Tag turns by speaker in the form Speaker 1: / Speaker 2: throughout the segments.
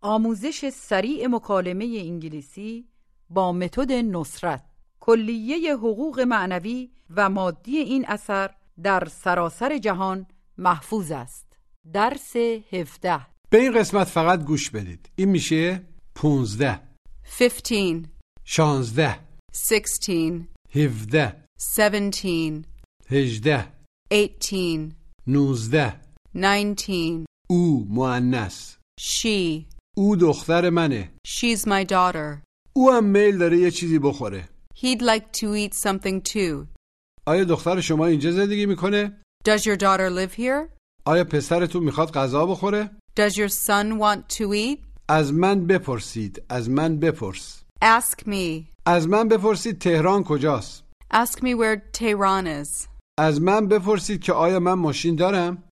Speaker 1: آموزش سریع مکالمه انگلیسی با متد نصرت کلیه حقوق معنوی و مادی این اثر در سراسر جهان محفوظ است درس 17
Speaker 2: به این قسمت فقط گوش بدید این میشه 15
Speaker 3: 15,
Speaker 2: 16
Speaker 3: 16,
Speaker 2: 17
Speaker 3: 17,
Speaker 2: 18
Speaker 3: 18,
Speaker 2: 19
Speaker 3: 19.
Speaker 2: او مؤنث
Speaker 3: She.
Speaker 2: او دختر منه
Speaker 3: She's my daughter.
Speaker 2: او هم میل داره یه چیزی بخوره
Speaker 3: He'd like to eat something too.
Speaker 2: آیا دختر شما اینجا زندگی میکنه
Speaker 3: Does your daughter live here?
Speaker 2: آیا پسرتون میخواد غذا بخوره
Speaker 3: Does your son want to eat?
Speaker 2: از من بپرسید از من بپرس
Speaker 3: Ask me.
Speaker 2: از من بپرسید تهران کجاست
Speaker 3: Ask me where Tehran is.
Speaker 2: از من بپرسید که آیا من ماشین دارم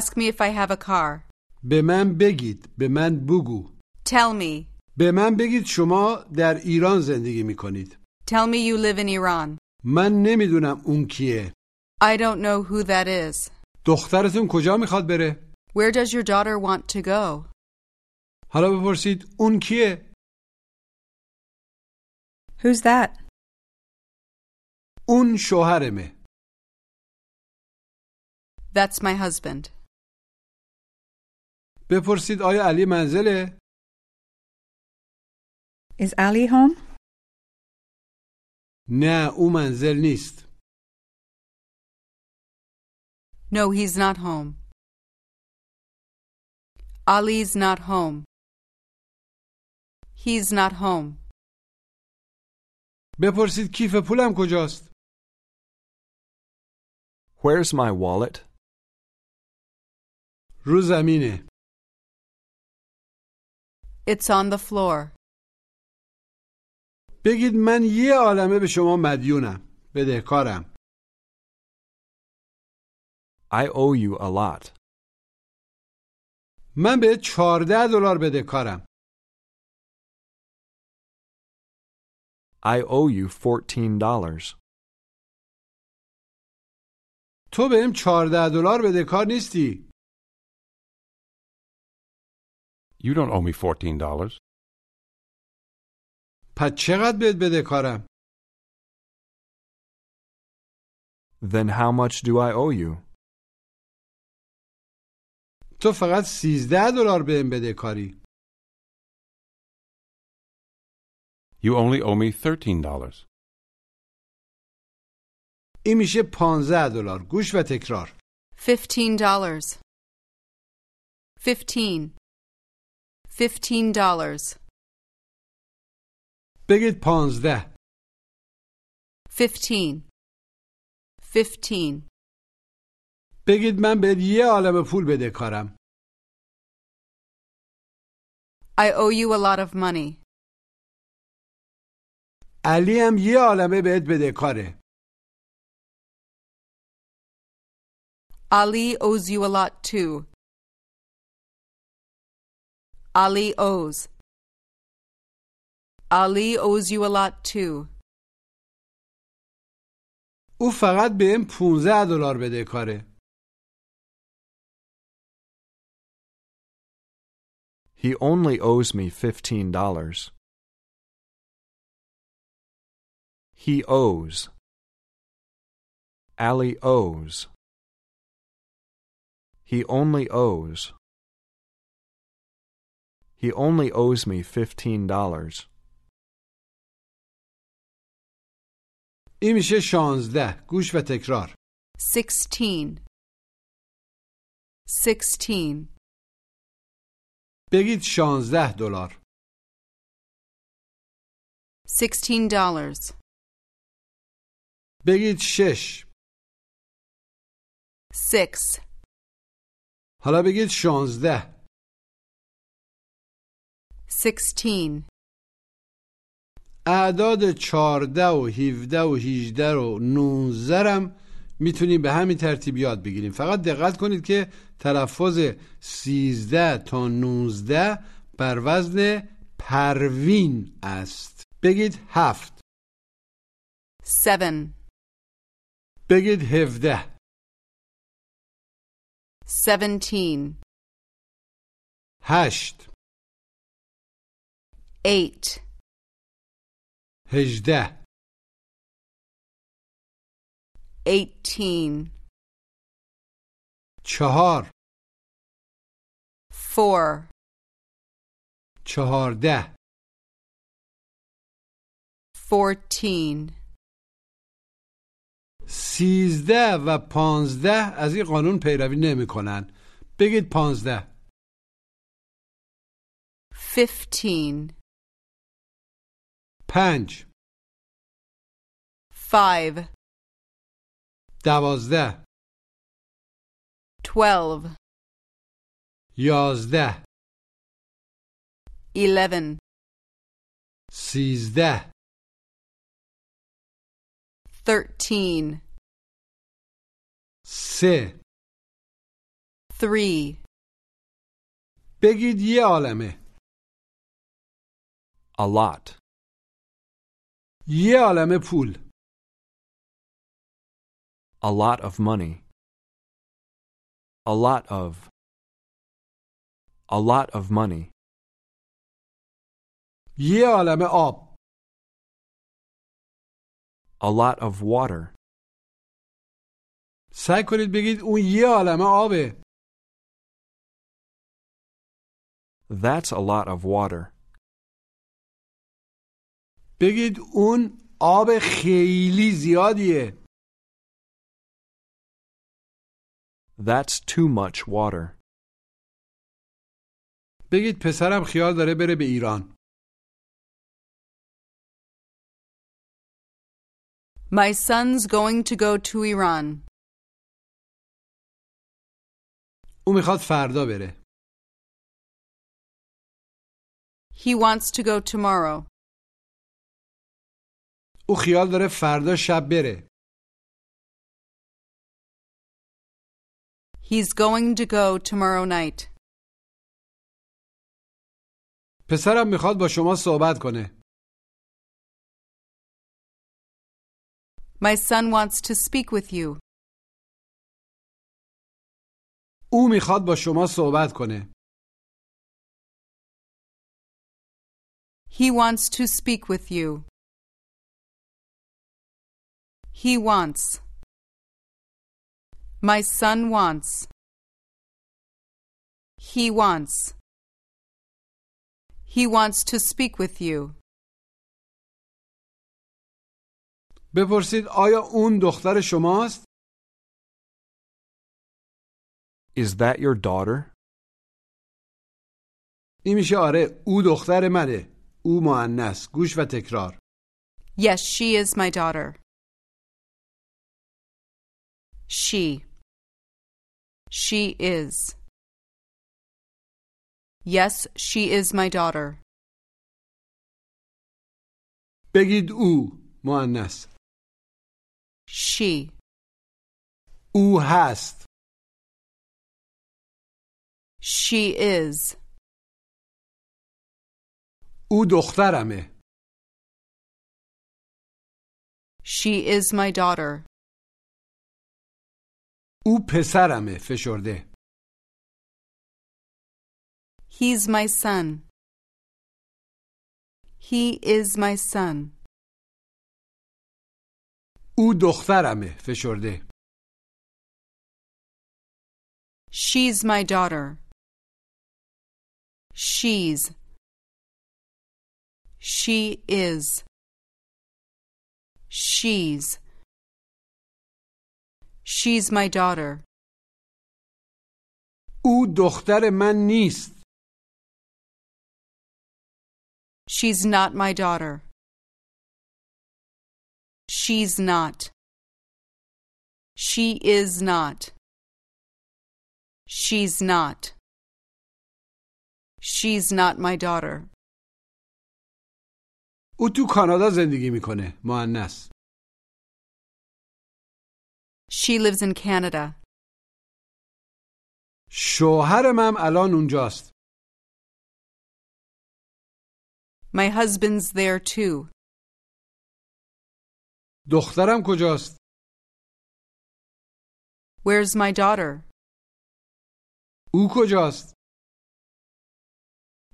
Speaker 3: Ask me if I have a car.
Speaker 2: به من بگید به من بگو
Speaker 3: Tell me.
Speaker 2: به من بگید شما در ایران زندگی میکنید
Speaker 3: Tell me you live in Iran.
Speaker 2: من نمیدونم اون کیه
Speaker 3: I don't know who that is.
Speaker 2: دخترتون کجا میخواد بره
Speaker 3: Where does your daughter want to go?
Speaker 2: حالا بپرسید اون کیه
Speaker 4: Who's that?
Speaker 2: اون شوهرمه
Speaker 3: That's my husband.
Speaker 2: بپرسید آیا علی منزله
Speaker 4: Is Ali home?
Speaker 2: نه او منزل نیست
Speaker 3: No, he's not home. Ali's not home. He's not home.
Speaker 2: بپرسید کیف پولم کجاست
Speaker 5: Where's my wallet?
Speaker 2: رو زمینه
Speaker 3: It's on the floor.
Speaker 2: بگید من یه عالمه به شما مدیونم بدهکارم
Speaker 5: I owe you a lot.
Speaker 2: من به 14 دلار بدهکارم
Speaker 5: I owe you $14.
Speaker 2: تو بهم 14 دلار بدهکار نیستی
Speaker 6: You don't owe me $14.
Speaker 2: پس چقدر بهت بدهکارم
Speaker 5: Then how much do I owe you?
Speaker 2: تو فقط 13 دلار بهم بدهکاری
Speaker 6: You only owe me $13.
Speaker 2: این میشه 15 دلار گوش و تکرار
Speaker 3: Fifteen dollars. Fifteen. Fifteen dollars.
Speaker 2: بگید 15
Speaker 3: Fifteen. Fifteen.
Speaker 2: بگید من بهت یه عالم پول بدهکارم
Speaker 3: I owe you a lot of money.
Speaker 2: علی هم یه عالمه بهت بدهکاره
Speaker 3: Ali owes you a lot too. Ali owes. Ali owes you a lot too.
Speaker 2: او فقط بهم 15 دلار بدهکاره
Speaker 5: He only owes me $15. He owes. Allie owes. He only owes. He only owes me $15.
Speaker 2: این میشه 16 گوش و تکرار
Speaker 3: Sixteen. Sixteen.
Speaker 2: بگید 16 دلار
Speaker 3: Sixteen dollars.
Speaker 2: بگید 6
Speaker 3: Six.
Speaker 2: حالا بگید 16
Speaker 3: Sixteen.
Speaker 2: اعداد 14 و 17 و 18 و 19 رم میتونیم به همین ترتیب یاد بگیریم فقط دقت کنید که تلفظ 13 تا 19 بر وزن پروین است بگید 7
Speaker 3: Seven.
Speaker 2: بگید 17
Speaker 3: Seventeen.
Speaker 2: 8
Speaker 3: eight,
Speaker 6: هجده
Speaker 3: eighteen,
Speaker 6: چهار
Speaker 3: four,
Speaker 6: چهارده
Speaker 3: fourteen,
Speaker 6: سیزده و پانزده از این قانون پیروی نمیکنن بگید پانزده
Speaker 3: fifteen,
Speaker 6: پنج
Speaker 3: five,
Speaker 6: دوازده
Speaker 3: twelve,
Speaker 6: یازده
Speaker 3: eleven,
Speaker 6: سیزده
Speaker 3: thirteen,
Speaker 6: سه
Speaker 3: three,
Speaker 6: بگید یه عالمه
Speaker 5: A lot.
Speaker 6: یه عالمه پول
Speaker 5: A lot of money. A lot of. A lot of money.
Speaker 6: یه عالمه آب
Speaker 5: A lot of water.
Speaker 6: سعی کنید بگید اون یه عالمه آبه
Speaker 5: That's a lot of water.
Speaker 6: بگید اون آب خیلی زیادیه
Speaker 5: That's too much water.
Speaker 6: بگید پسرم خیال داره بره به ایران
Speaker 3: My son's going to go to Iran.
Speaker 6: او میخواد فردا بره
Speaker 3: He wants to go tomorrow.
Speaker 6: او خیال داره فردا شب بره
Speaker 3: He's going to go tomorrow night.
Speaker 6: پسرم میخواد با شما صحبت کنه
Speaker 3: My son wants to speak with you.
Speaker 6: او میخواد با شما صحبت کنه
Speaker 3: He wants to speak with you. He wants. My son wants. He wants. He wants to speak with you.
Speaker 6: بپرسید آیا اون دختر شماست
Speaker 5: Is that your daughter?
Speaker 6: این میشه آره او دختر منه او معنس گوش و تکرار
Speaker 3: Yes, she is my daughter. She. She is. Yes, she is my daughter.
Speaker 6: بگید او معنس
Speaker 3: She.
Speaker 6: او هست
Speaker 3: She is.
Speaker 6: او دخترمه
Speaker 3: She is my daughter.
Speaker 6: او پسرمه فشرده
Speaker 3: He's my son. He is my son.
Speaker 6: او دخترمه فشرده
Speaker 3: She's my daughter. She's. She is. She's. She's my daughter.
Speaker 6: او دختر من نیست
Speaker 3: She's not my daughter. She's not. She is not. She's not. She's not my daughter.
Speaker 6: او تو کانادا زندگی میکنه معنس
Speaker 3: She lives in Canada.
Speaker 6: شوهرم هم الان اونجاست
Speaker 3: My husband's there too.
Speaker 6: دخترم کجاست
Speaker 3: Where's my daughter?
Speaker 6: او کجاست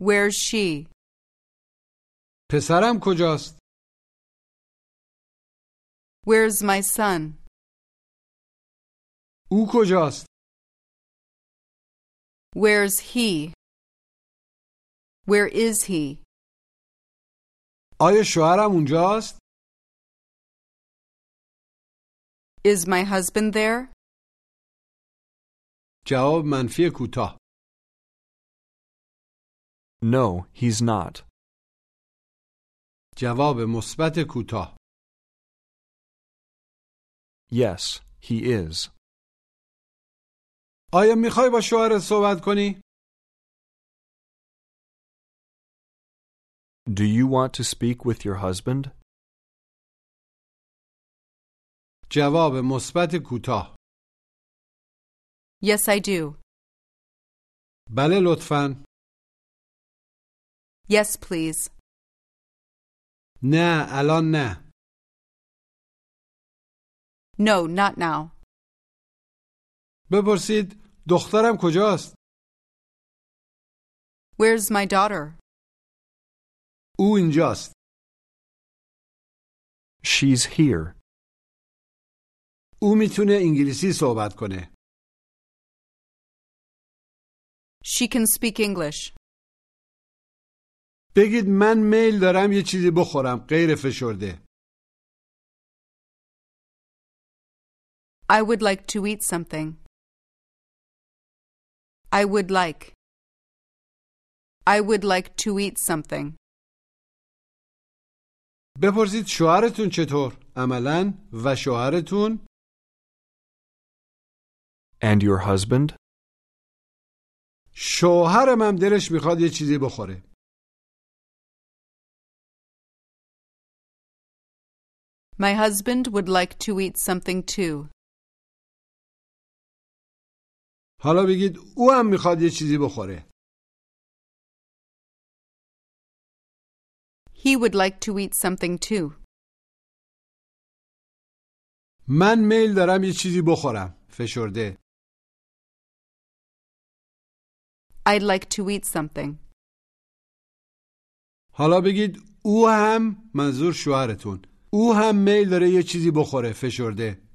Speaker 3: Where's she?
Speaker 6: پسرم کجاست؟
Speaker 3: Where's my son?
Speaker 6: او کجاست؟
Speaker 3: Where's he? Where is he?
Speaker 6: آیا شوهرم اونجاست؟
Speaker 3: Is my husband there?
Speaker 6: جواب منفی کوتاه.
Speaker 5: No, he's not.
Speaker 6: جواب مثبت کوتاه.
Speaker 5: Yes, he is.
Speaker 6: آیا میخوای با شوهرت صحبت کنی؟
Speaker 5: Do you want to speak with your husband?
Speaker 6: جواب مثبت کوتاه.
Speaker 3: Yes, I do.
Speaker 6: بله لطفا.
Speaker 3: Yes, please.
Speaker 6: نه الان نه.
Speaker 3: No, not now.
Speaker 6: بپرسید دخترم کجاست؟
Speaker 3: Where's my daughter?
Speaker 6: او اینجاست.
Speaker 5: She's here.
Speaker 6: او میتونه انگلیسی صحبت کنه.
Speaker 3: She can speak English.
Speaker 6: بگید من میل دارم یه چیزی بخورم غیر فشرده.
Speaker 3: I would like to eat something. I would like. I would like to eat something.
Speaker 6: بپرسید شوهرتون چطور؟ عملا و شوهرتون
Speaker 5: And your husband?
Speaker 6: شوهرم هم دلش میخواد یه چیزی بخوره.
Speaker 3: My husband would like to eat something too.
Speaker 6: حالا بگید او هم میخواد یه چیزی بخوره.
Speaker 3: He would like to eat something too.
Speaker 6: من میل دارم یه چیزی بخورم. فشرده.
Speaker 3: I'd like to eat something.
Speaker 6: حالا بگید او هم منظور شوهرتون. او هم میل داره یه چیزی بخوره. فشرده.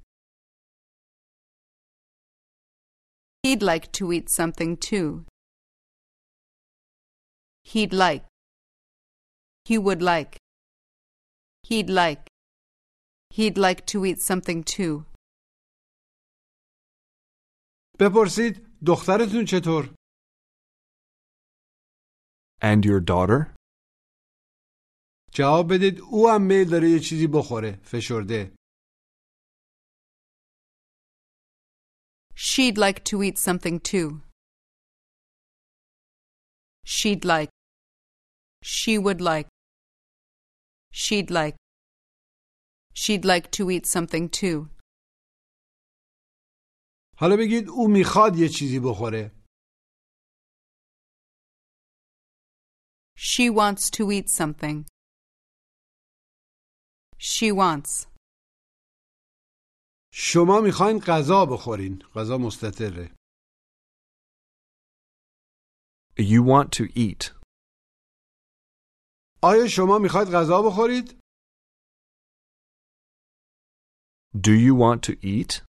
Speaker 3: He'd like to eat something too. He'd like. He would like. He'd like. He'd like to eat something too.
Speaker 6: بپرسید دخترتون چطور؟
Speaker 5: And your daughter?
Speaker 6: جواب بدید او هم میل داره یه چیزی بخوره. فشرده.
Speaker 3: She'd like to eat something too. She'd like. She would like. She'd like. She'd like to eat something too.
Speaker 6: حالا بگید او میخواد یه چیزی بخوره.
Speaker 3: She wants to eat something. She wants.
Speaker 6: شما میخواین غذا بخورین. غذا مستطره.
Speaker 5: You want to eat.
Speaker 6: آیا شما میخواید غذا بخورید؟
Speaker 5: Do you want to eat?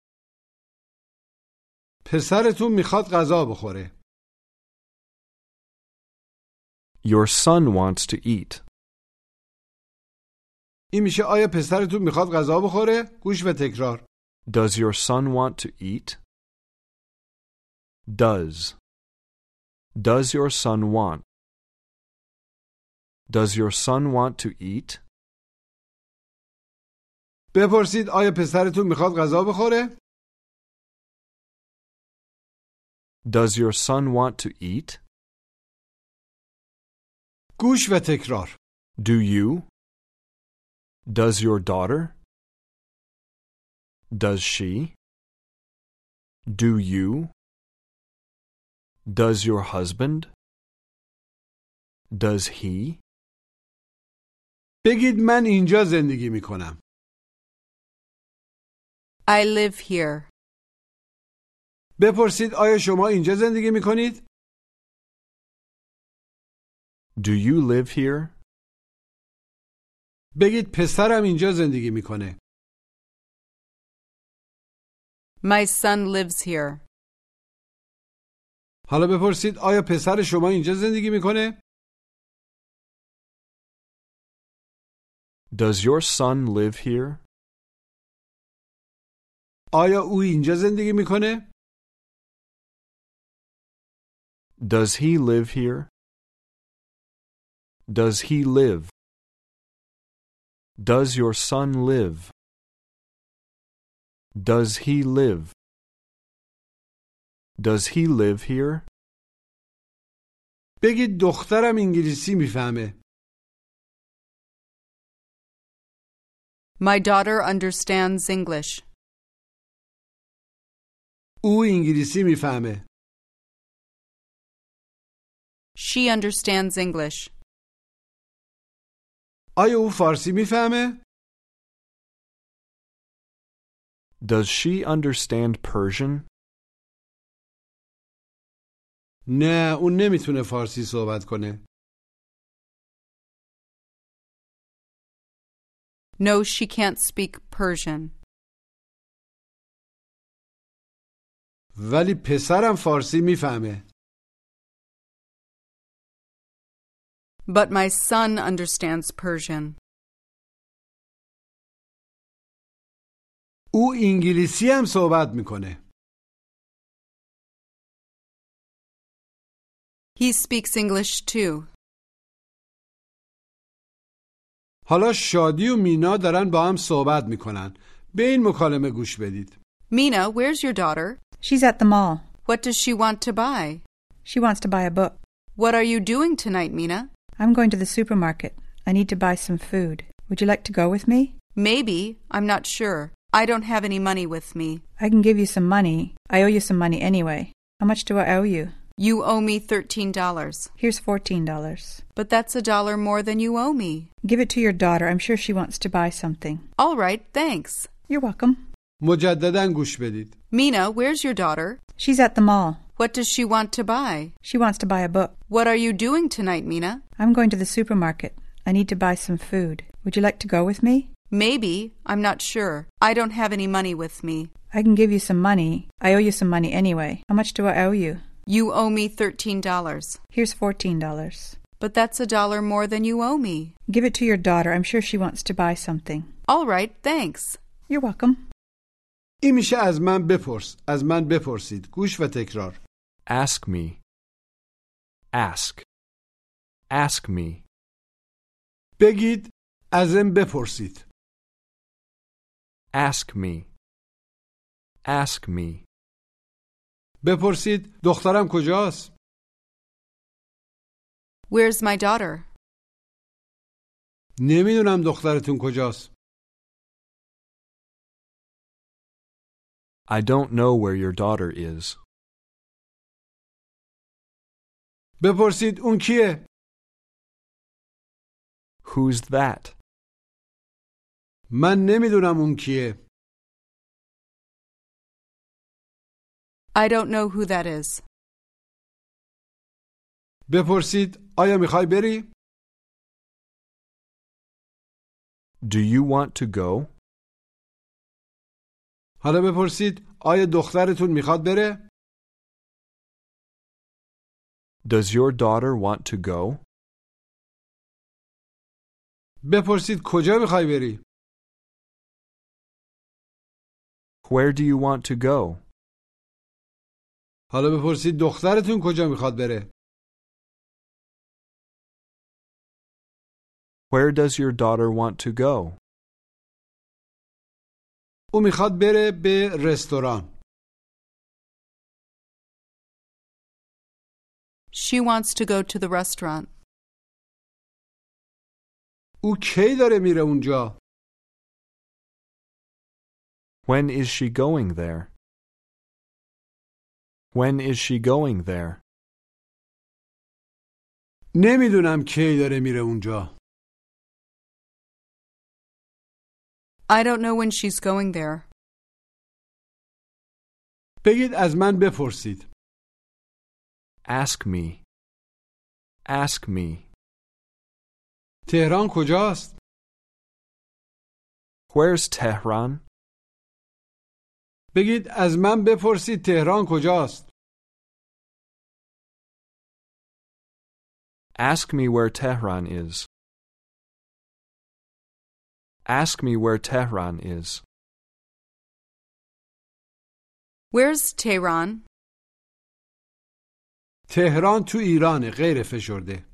Speaker 6: پسرتون میخواد غذا بخوره.
Speaker 5: Your son wants to eat.
Speaker 6: این میشه آیا پسرتون میخواد غذا بخوره؟ گوش و تکرار.
Speaker 5: Does your son want to eat? Does. Does your son want? Does your son want to eat?
Speaker 6: بپرسید آیا پسرتون میخواد غذا بخوره؟
Speaker 5: Does your son want to eat?
Speaker 6: گوش و تکرار.
Speaker 5: Do you? Does your daughter? Does she? Do you? Does your husband? Does he?
Speaker 6: بگید من اینجا زندگی میکنم.
Speaker 3: I live here.
Speaker 6: بپرسید آیا شما اینجا زندگی میکنید؟
Speaker 5: Do you live here?
Speaker 6: بگید پسرم اینجا زندگی میکنه
Speaker 3: My son lives here.
Speaker 6: حالا بپرسید آیا پسر شما اینجا زندگی میکنه
Speaker 5: Does your son live here?
Speaker 6: آیا او اینجا زندگی میکنه
Speaker 5: Does he live here? Does he live? Does your son live? Does he live? Does he live here?
Speaker 6: بگید دخترم انگلیسی میفهمه
Speaker 3: My daughter understands English.
Speaker 6: او انگلیسی میفهمه
Speaker 3: She understands English.
Speaker 6: آیا او فارسی میفهمه
Speaker 5: Does she understand Persian?
Speaker 6: نه اون نمیتونه فارسی صحبت کنه
Speaker 3: No, she can't speak Persian.
Speaker 6: ولی پسرم فارسی میفهمه
Speaker 3: But my son understands Persian.
Speaker 6: او انگلیسی هم صحبت میکنه
Speaker 3: He speaks English too.
Speaker 6: حالا شادی و مینا دارن با هم صحبت میکنن به این مکالمه گوش بدید
Speaker 3: Mina, where's your daughter?
Speaker 7: She's at the mall.
Speaker 3: What does she want to buy?
Speaker 7: She wants to buy a book.
Speaker 3: What are you doing tonight, Mina?
Speaker 7: I'm going to the supermarket. I need to buy some food. Would you like to go with me?
Speaker 3: Maybe. I'm not sure. I don't have any money with me.
Speaker 7: I can give you some money. I owe you some money anyway. How much do I owe you?
Speaker 3: You owe me $13.
Speaker 7: Here's $14.
Speaker 3: But that's a dollar more than you owe me.
Speaker 7: Give it to your daughter. I'm sure she wants to buy something.
Speaker 3: All right, thanks.
Speaker 7: You're welcome.
Speaker 6: مجددا گوش بدید
Speaker 3: Mina, where's your daughter?
Speaker 7: She's at the mall.
Speaker 3: What does she want to buy?
Speaker 7: She wants to buy a book.
Speaker 3: What are you doing tonight, Mina?
Speaker 7: I'm going to the supermarket. I need to buy some food. Would you like to go with me?
Speaker 3: Maybe. I'm not sure. I don't have any money with me.
Speaker 7: I can give you some money. I owe you some money anyway. How much do I owe you?
Speaker 3: You owe me $13.
Speaker 7: Here's $14.
Speaker 3: But that's a dollar more than you owe me.
Speaker 7: Give it to your daughter. I'm sure she wants to buy something.
Speaker 3: All right, thanks.
Speaker 7: You're welcome.
Speaker 6: این میشه از من بپرس از من بپرسید گوش و تکرار
Speaker 5: Ask me. Ask. Ask me.
Speaker 6: بگید ازم بپرسید
Speaker 5: Ask me. Ask me.
Speaker 6: بپرسید دخترم کجاست
Speaker 3: Where's my daughter?
Speaker 6: نمیدونم دخترتون کجاست
Speaker 5: I don't know where your daughter is.
Speaker 6: بپرسید اون کیه
Speaker 5: Who's that?
Speaker 6: من نمیدونم اون کیه
Speaker 3: I don't know who that is.
Speaker 6: بپرسید آیا میخوای بری
Speaker 5: Do you want to go?
Speaker 6: حالا بپرسید آیا دخترتون میخواد بره
Speaker 5: Does your daughter want to go?
Speaker 6: بپرسید کجا میخوای بری
Speaker 5: Where do you want to go?
Speaker 6: حالا بپرسید دخترتون کجا میخواد بره
Speaker 5: Where does your daughter want to go?
Speaker 6: او میخواد بره به رستوران
Speaker 3: She wants to go to the restaurant.
Speaker 6: او کی داره میره اونجا
Speaker 5: When is she going there? When is she going there?
Speaker 6: نمیدونم کی داره میره اونجا
Speaker 3: I don't know when she's going there.
Speaker 6: بگید از من بپرسید
Speaker 5: Ask me. Ask me.
Speaker 6: تهران کجاست
Speaker 5: Where's Tehran?
Speaker 6: بگید از من بپرسید تهران کجاست
Speaker 5: Ask me where Tehran is. Ask me where Tehran is.
Speaker 3: Where's Tehran?
Speaker 6: تهران تو ایرانه غیر فشرده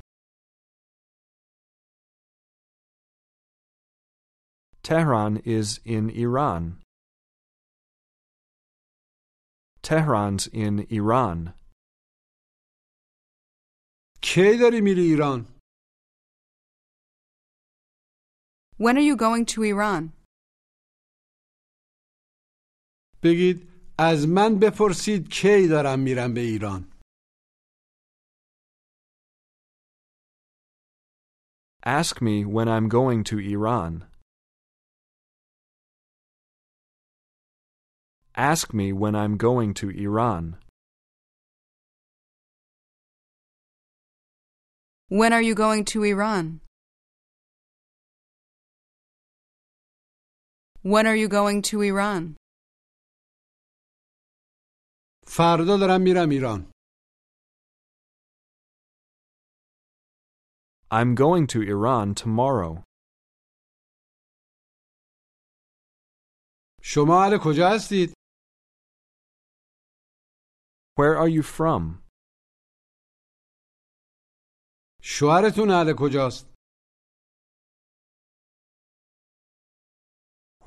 Speaker 5: Tehran is in Iran. Tehran's in Iran.
Speaker 6: کی داری میری ایران
Speaker 3: When are you going to Iran?
Speaker 6: بگید از من بپرسید کی دارم میرم به ایران
Speaker 5: Ask me when I'm going to Iran. Ask me when I'm going to Iran.
Speaker 3: When are you going to Iran? When are you going to Iran?
Speaker 6: فردا دارم میرم ایران
Speaker 5: I'm going to Iran tomorrow.
Speaker 6: شما اهل کجا هستید
Speaker 5: Where are you from?
Speaker 6: شوهرتون اهل کجاست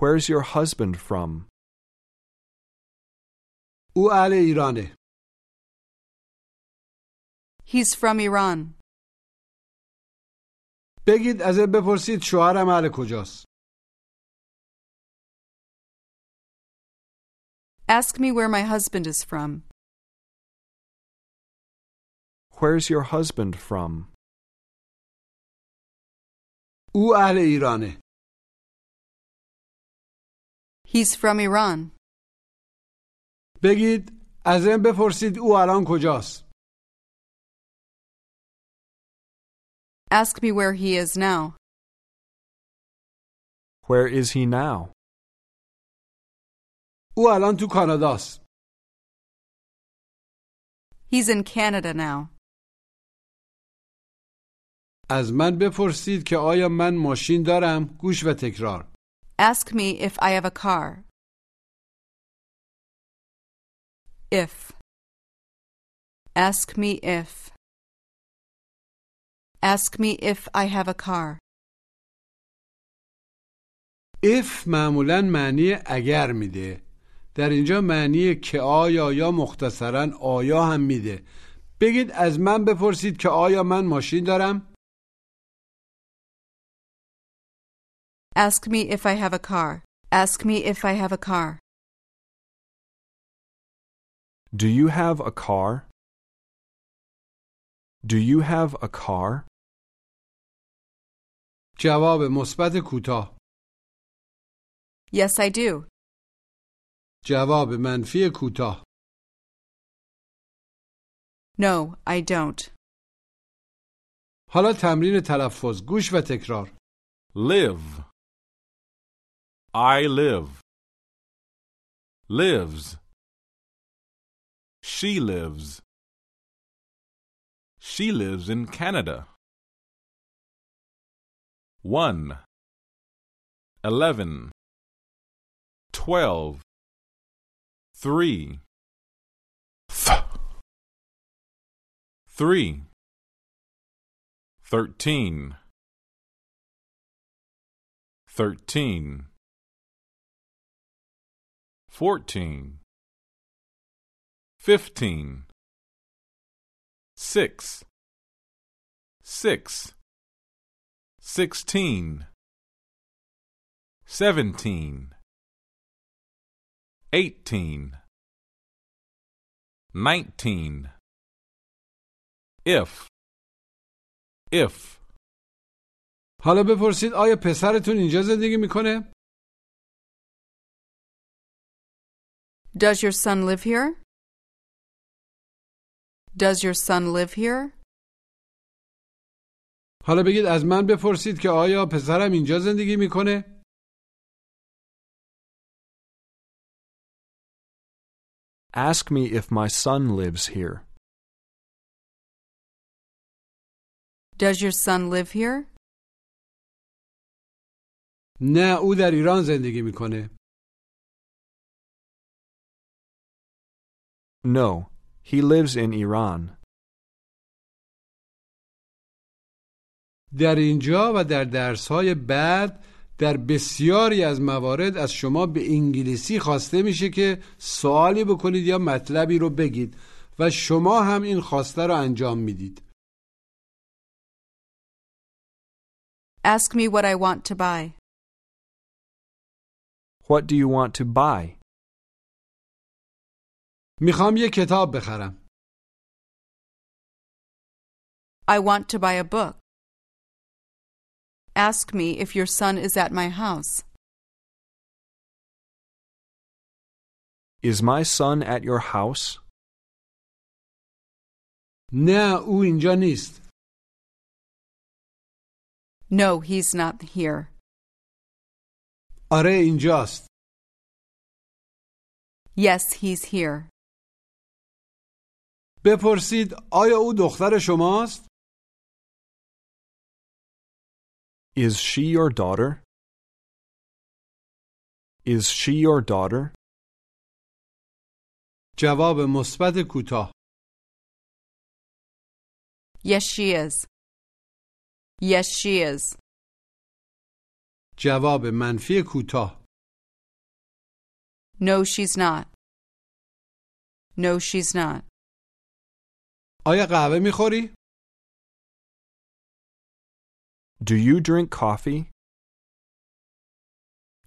Speaker 5: Where's your husband from?
Speaker 6: او اهل ایرانه
Speaker 3: He's from Iran.
Speaker 6: بگید ازت بپرسید شوهرم اهل کجاست
Speaker 3: Ask me where my husband is from.
Speaker 5: Where's your husband from?
Speaker 6: او اهل ایرانه
Speaker 3: He's from Iran.
Speaker 6: بگید ازم بپرسید او الان کجاست
Speaker 3: Ask me where he is now.
Speaker 5: Where is he now?
Speaker 6: او الان تو کاناداست
Speaker 3: He's in Canada now.
Speaker 6: از من بپرسید که آیا من ماشین دارم گوش و تکرار
Speaker 3: Ask me if I have a car. If. Ask me if. Ask me if I have a car.
Speaker 6: if معمولا معنی اگر میده در اینجا معنی که آیا یا مختصرا آیا هم میده بگید از من بپرسید که آیا من ماشین دارم
Speaker 3: Ask me if I have a car. Ask me if I have a car.
Speaker 5: Do you have a car? Do you have a car?
Speaker 6: جواب مثبت کوتاه
Speaker 3: Yes, I do.
Speaker 6: جواب منفی کوتاه
Speaker 3: No, I don't.
Speaker 6: حالا تمرین تلفظ گوش و تکرار
Speaker 8: Live. I live. Lives. She lives. She lives in Canada. 1 11 12 3 3 13 13 14 15 6 6 16 17 18 19 If If
Speaker 6: حالا بپرسید آیا پسرتون اینجا زندگی میکنه
Speaker 3: Does your son live here? Does your son live here?
Speaker 6: حالا بگید از من بپرسید که آیا پسرم اینجا زندگی میکنه
Speaker 5: Ask me if my son lives here.
Speaker 3: Does your son live here?
Speaker 6: نه او در ایران زندگی میکنه
Speaker 5: No, he lives in Iran.
Speaker 6: در اینجا و در درسهای بعد در بسیاری از موارد از شما به انگلیسی خواسته میشه که سوالی بکنید یا مطلبی رو بگید و شما هم این خواسته رو انجام میدید
Speaker 3: Ask me what I want to buy.
Speaker 5: What do you want to buy?
Speaker 6: میخوام یه کتاب بخرم
Speaker 3: I want to buy a book. Ask me if your son is at my house.
Speaker 5: Is my son at your house?
Speaker 6: نه او اینجا نیست
Speaker 3: No, he's not here.
Speaker 6: آره اینجاست
Speaker 3: Yes, he's here.
Speaker 6: بپرسید آیا او دختر شماست؟
Speaker 5: Is she your daughter? Is she your daughter?
Speaker 6: جواب مثبت کوتاه
Speaker 3: Yes, she is. Yes, she is.
Speaker 6: جواب منفی کوتاه
Speaker 3: No, she's not. No, she's not.
Speaker 6: آیا قهوه میخوری؟
Speaker 5: Do you drink coffee?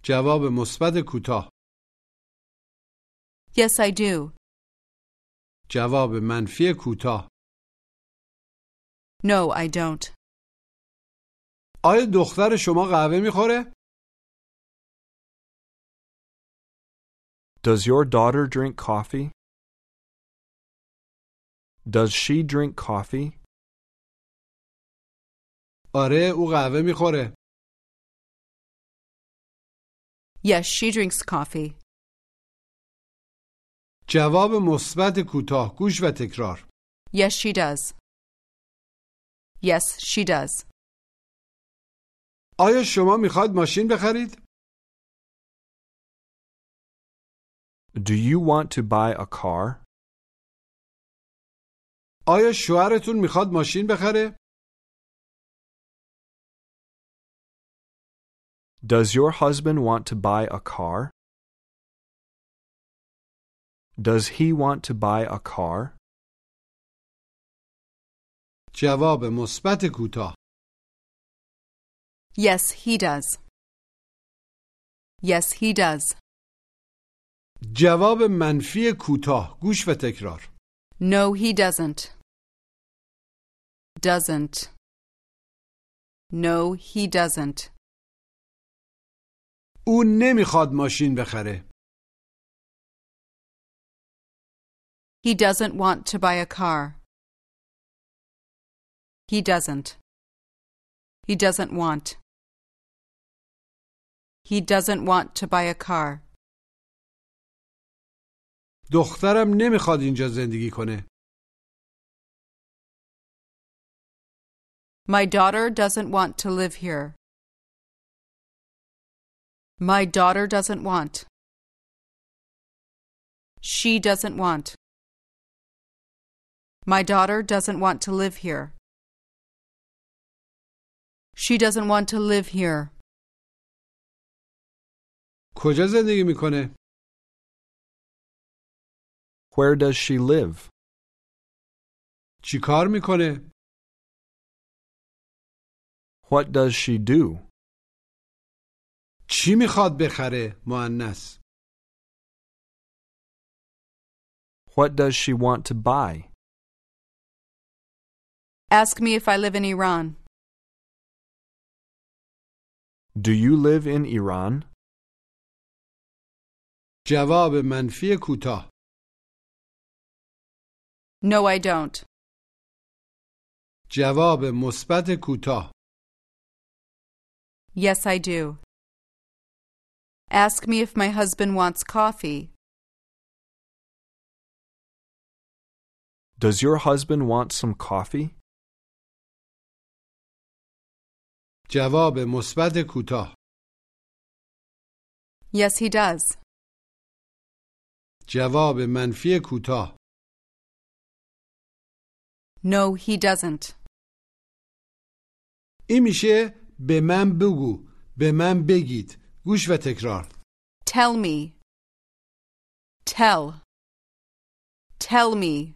Speaker 6: جواب مثبت کوتاه
Speaker 3: Yes, I do.
Speaker 6: جواب منفی کوتاه
Speaker 3: No, I don't.
Speaker 6: آیا دختر شما قهوه میخوره؟
Speaker 5: Does your daughter drink coffee? Does she drink coffee?
Speaker 6: آره او قهوه میخوره
Speaker 3: Yes, she drinks coffee.
Speaker 6: جواب مثبت کوتاه گوش و تکرار
Speaker 3: Yes, she does. Yes, she does.
Speaker 6: آیا شما میخواد ماشین بخرید؟
Speaker 5: Do you want to buy a car?
Speaker 6: آیا شوهرتون میخواد ماشین بخره؟
Speaker 5: Does your husband want to buy a car? Does he want to buy a car?
Speaker 6: جواب مثبت کوتاه
Speaker 3: Yes, he does. Yes, he does.
Speaker 6: جواب منفی کوتاه گوش و تکرار
Speaker 3: No, he doesn't. Doesn't. No, he doesn't.
Speaker 6: او نمیخواد ماشین بخره
Speaker 3: He doesn't want to buy a car. He doesn't. He doesn't want. He doesn't want to buy a car.
Speaker 6: دخترم نمیخواد اینجا زندگی کنه
Speaker 3: My daughter doesn't want to live here. My daughter doesn't want. She doesn't want. My daughter doesn't want to live here. She doesn't want to live here.
Speaker 6: کجا زندگی میکنه؟
Speaker 5: Where does she live?
Speaker 6: چی کار میکنه؟
Speaker 5: What does she do?
Speaker 6: چی میخواد بخره؟ معنس
Speaker 5: What does she want to buy?
Speaker 3: Ask me if I live in Iran.
Speaker 5: Do you live in Iran?
Speaker 6: جواب منفی کوتاه
Speaker 3: No, I don't.
Speaker 6: جواب مثبت کوتاه
Speaker 3: Yes, I do. Ask me if my husband wants coffee.
Speaker 9: Does your husband want some coffee?
Speaker 5: جواب مثبت کوتاه
Speaker 10: Yes, he does.
Speaker 5: جواب منفی کوتاه
Speaker 10: No, he doesn't.
Speaker 5: این میشه به من بگو به من بگید گوش و تکرار
Speaker 10: Tell me. Tell. Tell me.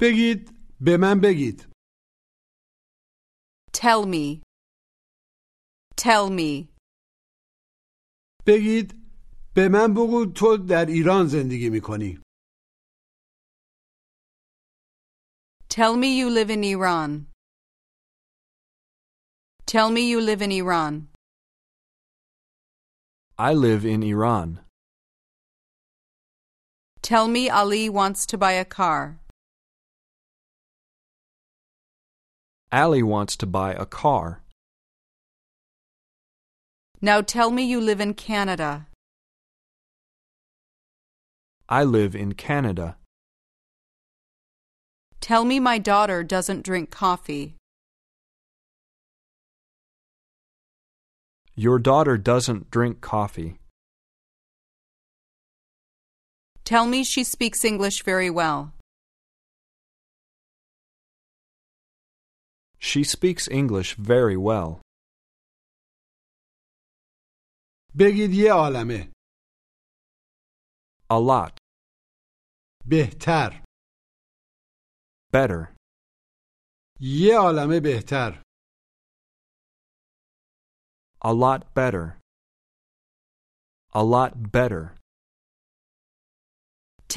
Speaker 5: بگید به من بگید
Speaker 10: Tell me. Tell me.
Speaker 5: بگید به من بگو تو در ایران زندگی میکنی
Speaker 10: Tell me you live in Iran. Tell me you live in Iran.
Speaker 9: I live in Iran.
Speaker 10: Tell me Ali wants to buy a car.
Speaker 9: Ali wants to buy a car.
Speaker 10: Now tell me you live in Canada.
Speaker 9: I live in Canada.
Speaker 10: Tell me my daughter doesn't drink coffee.
Speaker 9: Your daughter doesn't drink coffee.
Speaker 10: Tell me she speaks English very well.
Speaker 9: She speaks English very well.
Speaker 5: بگید یه عالمه
Speaker 9: A lot.
Speaker 5: بهتر
Speaker 9: Better.
Speaker 5: یه عالمه بهتر
Speaker 9: A lot better. A lot better.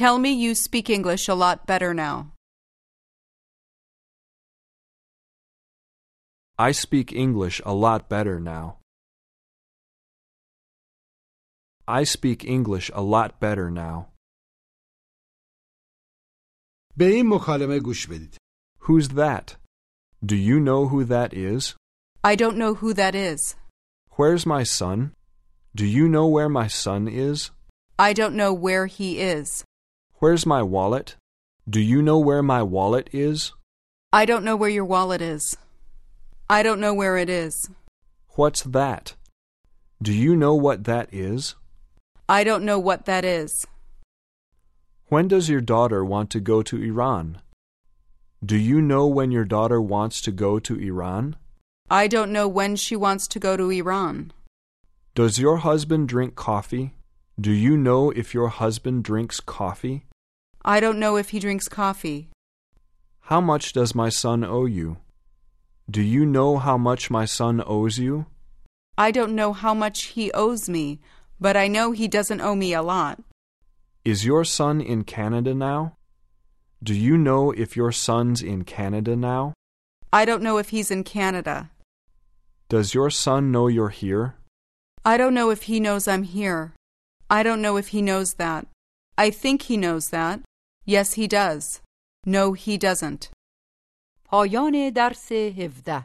Speaker 10: Tell me you speak English a lot better now.
Speaker 9: I speak English a lot better now. I speak English a lot better now.
Speaker 5: به این مکالمه گوش بدید
Speaker 9: Who's that? Do you know who that is?
Speaker 10: I don't know who that is.
Speaker 9: Where's my son? Do you know where my son is?
Speaker 10: I don't know where he is.
Speaker 9: Where's my wallet? Do you know where my wallet is?
Speaker 10: I don't know where your wallet is. I don't know where it is.
Speaker 9: What's that? Do you know what that is?
Speaker 10: I don't know what that is.
Speaker 9: When does your daughter want to go to Iran? Do you know when your daughter wants to go to Iran?
Speaker 10: I don't know when she wants to go to Iran.
Speaker 9: Does your husband drink coffee? Do you know if your husband drinks coffee?
Speaker 10: I don't know if he drinks coffee.
Speaker 9: How much does my son owe you? Do you know how much my son owes you?
Speaker 10: I don't know how much he owes me, but I know he doesn't owe me a lot.
Speaker 9: Is your son in Canada now? Do you know if your son's in Canada now?
Speaker 10: I don't know if he's in Canada.
Speaker 9: Does your son know you're here?
Speaker 10: I don't know if he knows I'm here. I don't know if he knows that. I think he knows that. Yes, he does. No, he doesn't.
Speaker 3: پایان درس 17